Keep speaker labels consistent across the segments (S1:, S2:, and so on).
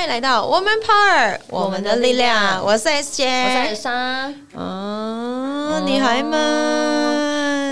S1: 迎来到 Woman Power，我们的力量。我是 S 姐，
S2: 我在
S1: 我
S2: 莎，
S1: 哦，你还吗？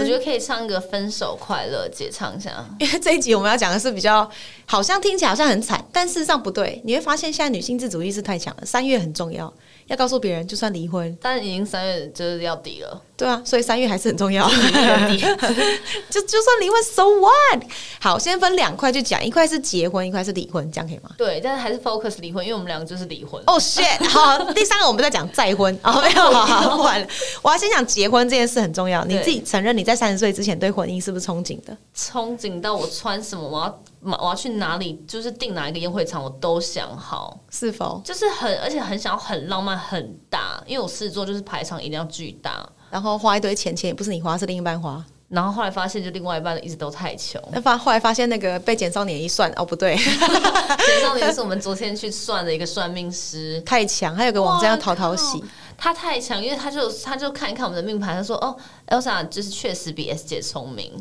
S2: 我觉得可以唱个《分手快乐》，姐唱一下。
S1: 因为这一集我们要讲的是比较，好像听起来好像很惨，但事实上不对。你会发现现在女性自主意识太强了，三月很重要，要告诉别人，就算离婚，
S2: 但已经三月就是要底了，
S1: 对啊，所以三月还是很重要。
S2: 月
S1: 就就算离婚，so what？好，先分两块去讲，一块是结婚，一块是离婚，这样可以吗？
S2: 对，但是还是 focus 离婚，因为我们两个就是离婚。
S1: 哦、shit！好，第三个我们在讲再婚哦，没有，好好不玩了。我要先讲结婚这件事很重要，你
S2: 对
S1: 自己承认你在三十岁之前对婚姻是不是憧憬的？
S2: 憧憬到我穿什么，我要我要去哪里，就是订哪一个宴会场，我都想好，
S1: 是否？
S2: 就是很而且很想要很浪漫很大，因为我狮子座就是排场一定要巨大。
S1: 然后花一堆钱，钱也不是你花，是另一半花。
S2: 然后后来发现，就另外一半一直都太穷。
S1: 那发后来发现那个被减少年一算，哦不对，
S2: 前少年是我们昨天去算的一个算命师，
S1: 太强，还有个网站要淘淘喜，
S2: 他太强，因为他就他就看一看我们的命盘，他说哦，Elsa 就是确实比 S 姐聪明。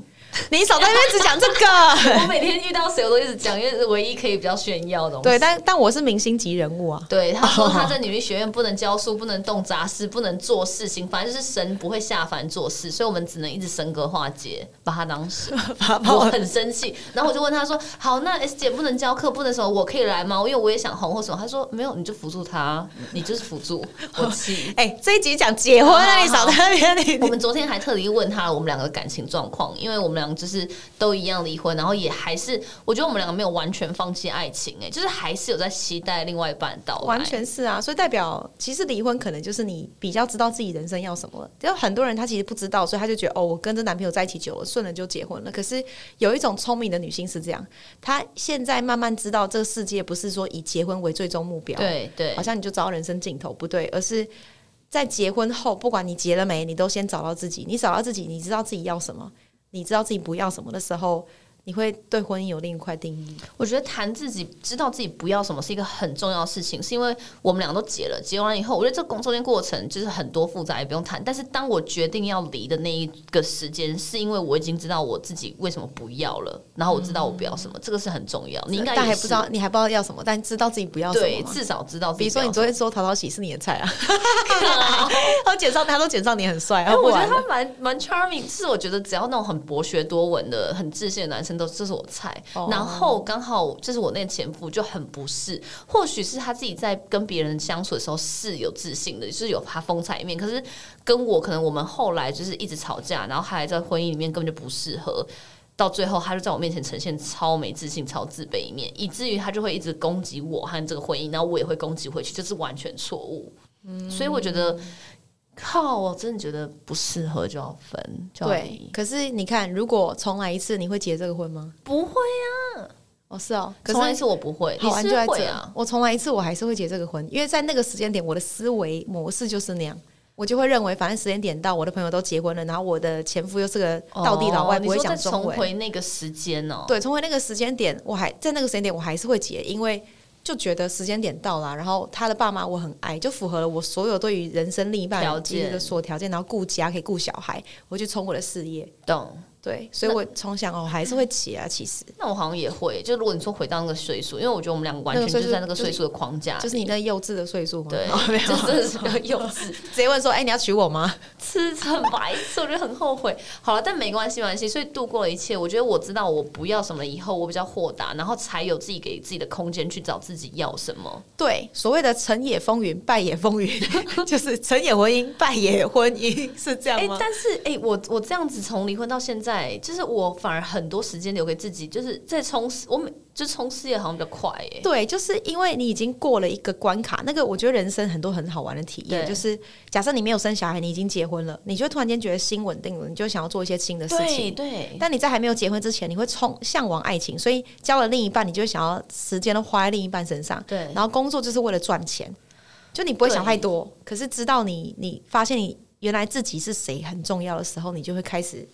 S1: 你少在那边只讲这个。
S2: 我每天遇到谁我都一直讲，因为是唯一可以比较炫耀的东 西。
S1: 对，但但我是明星级人物 啊，
S2: 对，他说他在女力学院不能教书，不能动杂事，不能做事情，反正就是神不会下凡做事，所以我们只能一直神格化解，把他当神。
S1: 把把
S2: 我
S1: 我
S2: 很生气，然后我就问他说：“好，那 S 姐不能教课，不能什么，我可以来吗？因为我也想红或什么。”他说：“没有，你就辅助他，你就是辅助。”我气。
S1: 哎、这一集讲结婚啊，
S2: 好
S1: 你少在那边你
S2: 我
S1: 你
S2: 们昨天还特地问他我们两个的感情状况，因为我们两个就是都一样离婚，然后也还是我觉得我们两个没有完全放弃爱情、哎，就是还是有在期待另外一半的到来。
S1: 完全是啊，所以代表其实离婚可能就是你比较知道自己人生要什么了。就很多人他其实不知道，所以他就觉得哦，我跟这男朋友在一起久了，顺了就结婚了。可是有一种聪明的女性是这样，她现在慢慢知道这个世界不是说以结婚为最终目标，
S2: 对对
S1: 好像你就找到人生尽头，不对，而是在结婚后，不管你结了没，你都先找到自己。你找到自己，你知道自己要什么，你知道自己不要什么的时候，你会对婚姻有另一块定义。
S2: 我觉得谈自己知道自己不要什么是一个很重要的事情，是因为我们俩都结了，结完以后，我觉得这工中间过程就是很多复杂也不用谈。但是当我决定要离的那一个时间，是因为我已经知道我自己为什么不要了，然后我知道我不要什么，这个是很重要。哦你应该也
S1: 但还不
S2: 是
S1: 知道，你还不知道要什么，但知道自己不要什
S2: 对，
S1: 么吗。
S2: 至少知道自
S1: 比
S2: 己
S1: 如说，
S2: 不
S1: 你
S2: 要
S1: 昨天说陶陶喜是你的菜啊，
S2: 什么
S1: 他减少他都减少你很帅，然
S2: 哎，
S1: 后
S2: 我觉得他蛮蛮 charming，是我觉得只要那种很博学多闻的、很自信的男生都这是我菜。
S1: 哦
S2: 然后刚好就是我那个前夫就很不是，或许是他自己在跟别人相处的时候是有自信的，就是有他风采一面。可是跟我可能我们后来就是一直吵架，然后他还在婚姻里面根本就不适合。到最后，他就在我面前呈现超没自信、超自卑一面，以至于他就会一直攻击我和这个婚姻，然后我也会攻击回去，这是完全错误。所以我觉得，靠，我真的觉得不适合就要分，就要
S1: 对
S2: 离。，
S1: 可是你看，如果重来一次，你会结这个婚吗？
S2: 不会，
S1: 哦，是哦，可
S2: 从来
S1: 是
S2: 是我不会，
S1: 好
S2: 你
S1: 玩就是在
S2: 会
S1: 这
S2: 啊。。
S1: 我重来一次，我还是会结这个婚，因为在那个时间点，我的思维模式就是那样。我就会认为，反正时间点到，我的朋友都结婚了，然后我的前夫又是个道地老外，
S2: 哦
S1: 不会
S2: 你说
S1: 讲
S2: 再
S1: 中
S2: 重
S1: 文。
S2: 回那个时间哦，
S1: 对，重回那个时间点，我还在那个时间点，我还是会结，因为就觉得时间点到了，然后他的爸妈我很爱，就符合了我所有对于人生另一半
S2: 条
S1: 基于
S2: 件
S1: 的所有条件，然后顾家可以顾小孩，我去冲我的事业，
S2: 懂。
S1: 对，所以我从小哦还是会结啊，其 实
S2: 那我好像也会，就如果你说回到那个岁数，因为我觉得我们两个完
S1: 那个
S2: 全就
S1: 岁数
S2: 是在那个岁
S1: 就是
S2: 数的框架里，
S1: 就是你那幼稚的岁数嘛，
S2: 啊对
S1: 哦， 没有
S2: 这真的是比较幼稚，
S1: 直接问说，哎、你要娶我吗？
S2: 吃很白痴，我觉得很后悔。好了，但没关系，没关系。所以度过了一切，我觉得我知道我不要什么了以后，我比较豁达，然后才有自己给自己的空间去找自己要什么。
S1: 对，所谓的成也风云，败也风云， 就是成也婚姻，败也婚姻， 是这样
S2: 哎、
S1: 吗？
S2: 但是哎、我我这样子从离婚到现在，就是我反而很多时间留给自己，就是在冲事，我每就冲事业好像比较快哎、
S1: 对，就是因为你已经过了一个关卡，那个我觉得人生很多很好玩的体验，
S2: 对
S1: 就是假设你没有生小孩，你已经结婚了，你就会突然间觉得心稳定了，你就想要做一些新的事
S2: 对
S1: 情。
S2: 对，
S1: 但你在还没有结婚之前，你会冲向往爱情，所以交了另一半，你就会想要时间都花在另一半身上。
S2: 对
S1: 然后工作就是为了赚钱，就你不会想太多。可是直到你你发现你原来自己是谁很重要的时候，你就会开始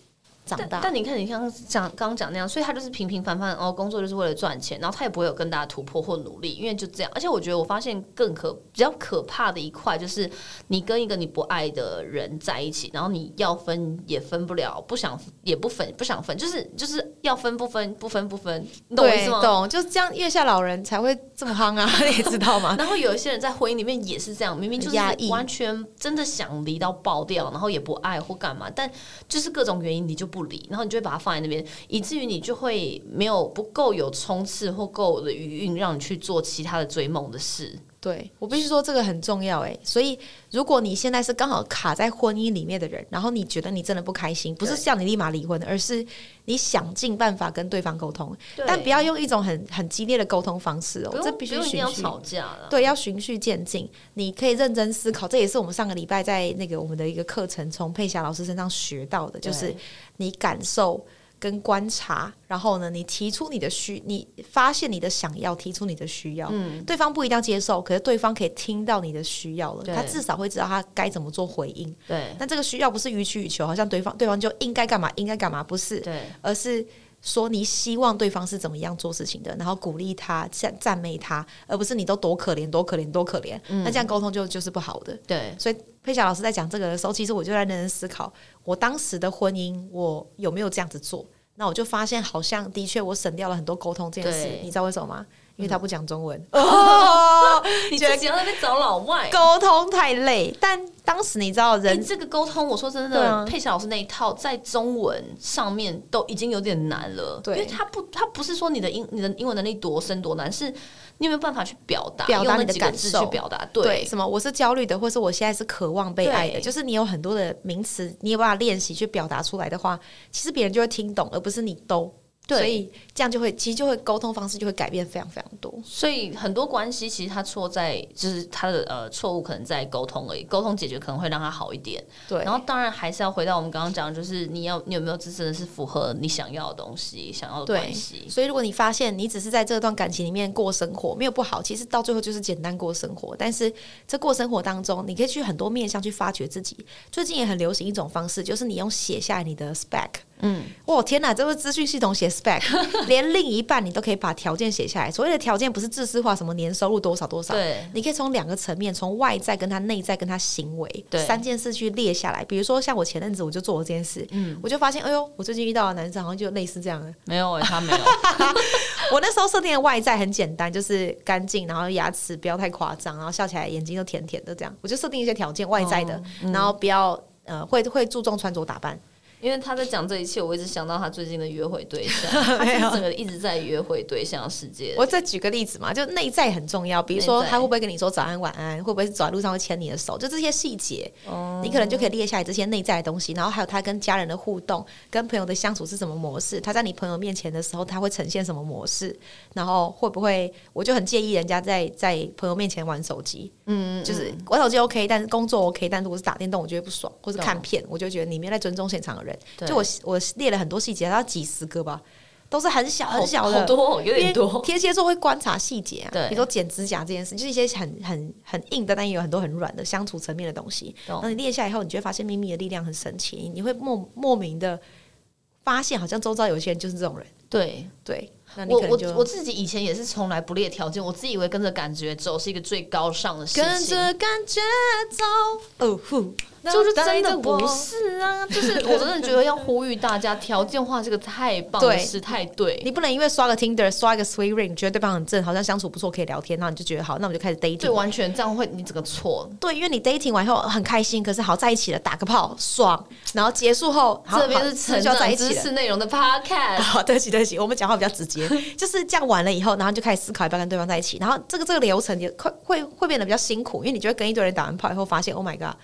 S1: 长大。
S2: 但你看，你像讲刚刚讲那样，所以他就是平平凡凡哦，工作就是为了赚钱，然后他也不会有更大的突破或努力，因为就这样。而且我觉得我发现更可比较可怕的一块就是，你跟一个你不爱的人在一起，然后你要分也分不了，不想也不分，不想分，就是就是要分不分，不分不分，你懂我意
S1: 对
S2: 思，吗？
S1: 懂，就是这样，月下老人才会这么夯啊， 你也知道吗？
S2: 然后有一些人在婚姻里面也是这样，明明就是
S1: 压抑
S2: 完全真的想离到爆掉，然后也不爱或干嘛，但就是各种原因你就不离，然后你就会把它放在那边，以至于你就会没有不够有冲刺或够的余韵，让你去做其他的追梦的事。
S1: 对我必须说这个很重要哎、所以如果你现在是刚好卡在婚姻里面的人，然后你觉得你真的不开心，不是叫你立马离婚，而是你想尽办法跟对方沟通，但不
S2: 要
S1: 要用一种很很激烈的沟通方式哦、
S2: 不用
S1: 这必须
S2: 不用一定
S1: 循
S2: 要
S1: 序。
S2: 吵架了。
S1: 对，要循序渐进。你可以认真思考，这也是我们上个礼拜在那个我们的一个课程，从佩霞老师身上学到的，就是
S2: 对
S1: 你感受跟观察，然后呢，你提出你的需，你发现你的想要，提出你的需要。嗯，对方不一定要接受，可是对方可以听到你的需要了，
S2: 对
S1: 他至少会知道他该怎么做回应。
S2: 对
S1: 但这个需要不是予取予求，好像对方对方就应该干嘛，应该干嘛，不是。
S2: 对
S1: 而是说你希望对方是怎么样做事情的，然后鼓励他、赞赞美他，而不是你都多可怜、多可怜、多可怜。那这样沟通就就是不好的。
S2: 对
S1: 所以佩霞老师在讲这个的时候，其实我就在认真思考，我当时的婚姻我有没有这样子做？那我就发现，好像的确我省掉了很多沟通这件事
S2: 对。
S1: 你知道为什么吗？因为他不讲中文。哦，
S2: 你
S1: 觉得
S2: 自己要在那边找老外。
S1: 沟通太累。但当时你知道
S2: 哎
S1: 人
S2: 这个沟通，我说真
S1: 对
S2: 的，
S1: 啊
S2: 佩霞老师那一套在中文上面都已经有点难了，
S1: 对
S2: 因为他不，他不是说你的英你的英文能力多深多难，是你有没有办法去表达，
S1: 表达你
S2: 用那
S1: 的
S2: 几个
S1: 感
S2: 字
S1: 受
S2: 去表达，
S1: 对，什么我是焦虑的，或是我现在是渴望被爱的，
S2: 对
S1: 就是你有很多的名词，你有办法练习去表达出来的话，其实别人就会听懂，而不是你都。
S2: 对
S1: 所以这样就会，其实就会沟通方式就会改变非常非常多。
S2: 所以很多关系其实他错在就是他的呃错误可能在沟通而已，沟通解决可能会让他好一点。
S1: 对
S2: 然后当然还是要回到我们刚刚讲的，就是你要你有没有真的是符合你想要的东西，想要的
S1: 对
S2: 关，系。
S1: 所以如果你发现你只是在这段感情里面过生活，没有不好，其实到最后就是简单过生活。但是这过生活当中，你可以去很多面向去发掘自己。最近也很流行一种方式，就是你用写下你的 spec。嗯，哇天哪，这个资讯系统写 spec，连另一半你都可以把条件写下来。所谓的条件不是自私化，什么年收入多少多少，
S2: 对
S1: 你可以从两个层面，从外在跟他内在跟他行为
S2: 对
S1: 三件事去列下来。比如说像我前阵子我就做了这件事，嗯，我就发现，哎呦，我最近遇到的男生好像就类似这样的。
S2: 没有、欸，他没有。
S1: 我那时候设定的外在很简单，就是干净，然后牙齿不要太夸张，然后笑起来眼睛都甜甜的这样。我就设定一些条件外在的，
S2: 哦嗯
S1: 然后不要呃会会注重穿着打扮。
S2: 因为他在讲这一切，我一直想到他最近的约会 对象，他
S1: 没
S2: 是
S1: 有嗯
S2: 整个一直在约会对象世界。
S1: 我再举个例子嘛，就内在很重要，比如说
S2: 内在
S1: 他会不会跟你说早安晚安，会不会走在路上会牵你的手，就这些细节，
S2: 哦
S1: 你可能就可以列下来这些内在的东西。然后还有他跟家人的互动，跟朋友的相处是什么模式，他在你朋友面前的时候他会呈现什么模式，然后会不会我就很介意人家在在朋友面前玩手机，嗯，就是玩手机 OK，但是工作 OK，但如果是打电动我就会不爽，或是看片我就觉得你没有在尊重现场的人。
S2: 对
S1: 就我我列了很多细节，要几十个吧。都是很小
S2: 好
S1: 很小的，
S2: 好多、哦，有
S1: 因
S2: 点
S1: 为
S2: 多。
S1: 天蝎座会观察细节啊，
S2: 对
S1: 比如说剪指甲这件事，就是一些很很很硬的，但也有很多很软的相处层面的东西。
S2: 懂
S1: 然后你列下来以后，你就会发现秘密的力量很神奇，你你会莫莫名的发现，好像周遭有些人就是这种人。
S2: 对
S1: 对，那你
S2: 我
S1: 可能
S2: 我
S1: 就
S2: 我自己以前也是从来不列条件，我自以为跟着感觉走是一个最高尚的事情，
S1: 跟着感觉走，哦呼，
S2: 就是真的
S1: 等待着我
S2: 不是啊，就是我真的觉得要呼吁大家，条件化这个太棒
S1: 对
S2: 的事，太对。
S1: 你不能因为刷个 Tinder，刷一个 Sweet Ring，觉得对方很正，好像相处不错，可以聊天，那你就觉得好，那我们就开始 dating
S2: 对，完全这样会你整个错，
S1: 对，因为你 dating 完以后很开心，可是好在一起了，打个炮爽，然后结束后，好
S2: 这边
S1: 好
S2: 是成
S1: 就要在
S2: 长
S1: 一起
S2: 知
S1: 了。
S2: 识内容的 podcast，
S1: 好，对不起，对不起，我们讲话比较直接，就是这样完了以后，然后就开始思考要不要跟对方在一起，然后这个这个流程也会会会变得比较辛苦，因为你就会跟一堆人打完炮以后，发现 Oh my god，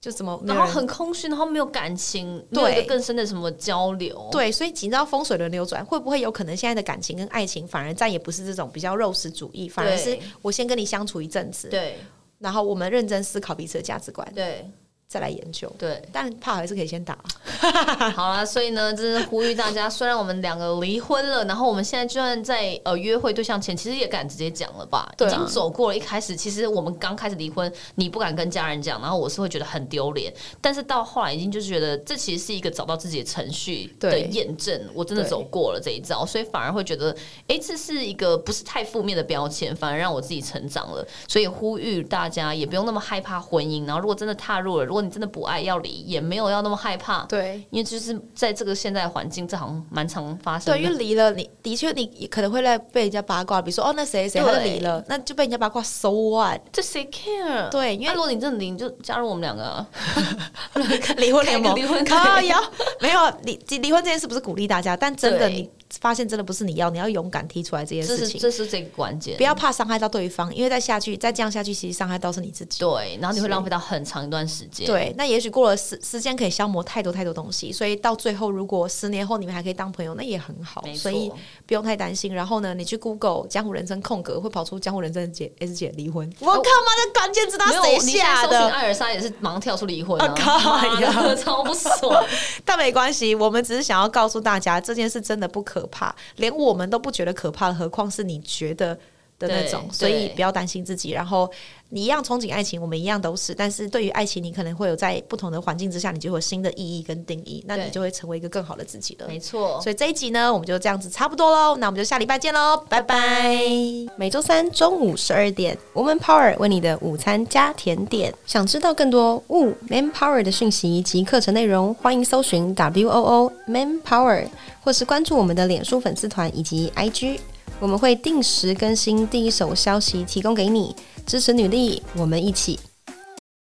S1: 就怎么没
S2: 然
S1: 有
S2: 后
S1: 人
S2: 很空虚，然后没有感情，没
S1: 对
S2: 有一个更深的什么交流，
S1: 对，所以你知道风水轮流转，会不会有可能现在的感情跟爱情反而再也不是这种比较肉食主义，反而是
S2: 对
S1: 我先跟你相处一阵子，
S2: 对
S1: 然后我们认真思考彼此的价值观，
S2: 对
S1: 再来研究，
S2: 对，
S1: 但怕还是可以先打啊，
S2: 好啦，所以呢，真是呼吁大家，虽然我们两个离婚了，然后我们现在就算在呃约会对象前，其实也敢直接讲了吧？
S1: 对啊
S2: 已经走过了。一开始其实我们刚开始离婚，你不敢跟家人讲，然后我是会觉得很丢脸。但是到后来已经就是觉得，这其实是一个找到自己的程序的
S1: 对
S2: 验证，我真的
S1: 对
S2: 走过了这一招，所以反而会觉得，哎、这是一个不是太负面的标签，反而让我自己成长了。所以呼吁大家也不用那么害怕婚姻，然后如果真的踏入了，如果你真的不爱要离，也没有要那么害怕。
S1: 对，
S2: 因为就是在这个现在的环境，这好像蛮常发生
S1: 对，
S2: 的。
S1: 因为离了，你的确你可能会来被人家八卦，比如说哦，那谁谁他就
S2: 对
S1: 离了，那就被人家八卦，so what？
S2: 这谁 care？
S1: 对因为
S2: 啊如果你真的零，就加入我们两个啊、
S1: 离婚联盟，
S2: 开个离婚
S1: 靠
S2: 会
S1: 腰没有离离婚这件事不是鼓励大家，但真的
S2: 对
S1: 你发现真的不是你要，你要勇敢提出来这件
S2: 这
S1: 事
S2: 是
S1: 情，
S2: 这是这个关键
S1: 不。要怕伤害到对方，因为再下去再这样下去，其实伤害到是你自己。
S2: 对，然后你会浪费到很长一段时间。，
S1: 对，那也许过了时时间可以消磨太多太多东西，所以到最后，如果十年后你们还可以当朋友，那也很好。
S2: 没
S1: 所以
S2: 错。
S1: 不用太担心。然后呢，你去 Google“ 江湖人生”空格会跑出“江湖人生姐 S 姐离婚”我靠妈的关键字，他
S2: 哦没有，
S1: 谁
S2: 你现在
S1: 下
S2: 搜寻
S1: 的？
S2: 艾尔莎也是忙跳出离婚
S1: 啊
S2: 啊，
S1: 靠
S2: 妈的
S1: 呀
S2: 超 不爽。
S1: 但没关系，我们只是想要告诉大家，这件事真的不可怕，连我们都不觉得可怕了，何况是你觉得。的那种
S2: 对，
S1: 所以
S2: 对
S1: 不要担心自己。然后你一样憧憬爱情，我们一样都是。但是对于爱情，你可能会有在不同的环境之下，你就会有新的意义跟定义，那你
S2: 对
S1: 就会成为一个更好的自己了。
S2: 没错，
S1: 所以这一集呢，我们就这样子差不多喽。那我们就下礼拜见喽，拜拜。每周三中午十二点，Woman Power 为你的午餐加甜点。
S3: 想知道更多 Woo Man Power 的讯息及课程内容，欢迎搜寻 W O O Man Power，或是关注我们的脸书粉丝团以及 IG，我们会定时更新第一手消息，提供给你支持女力，我们一起。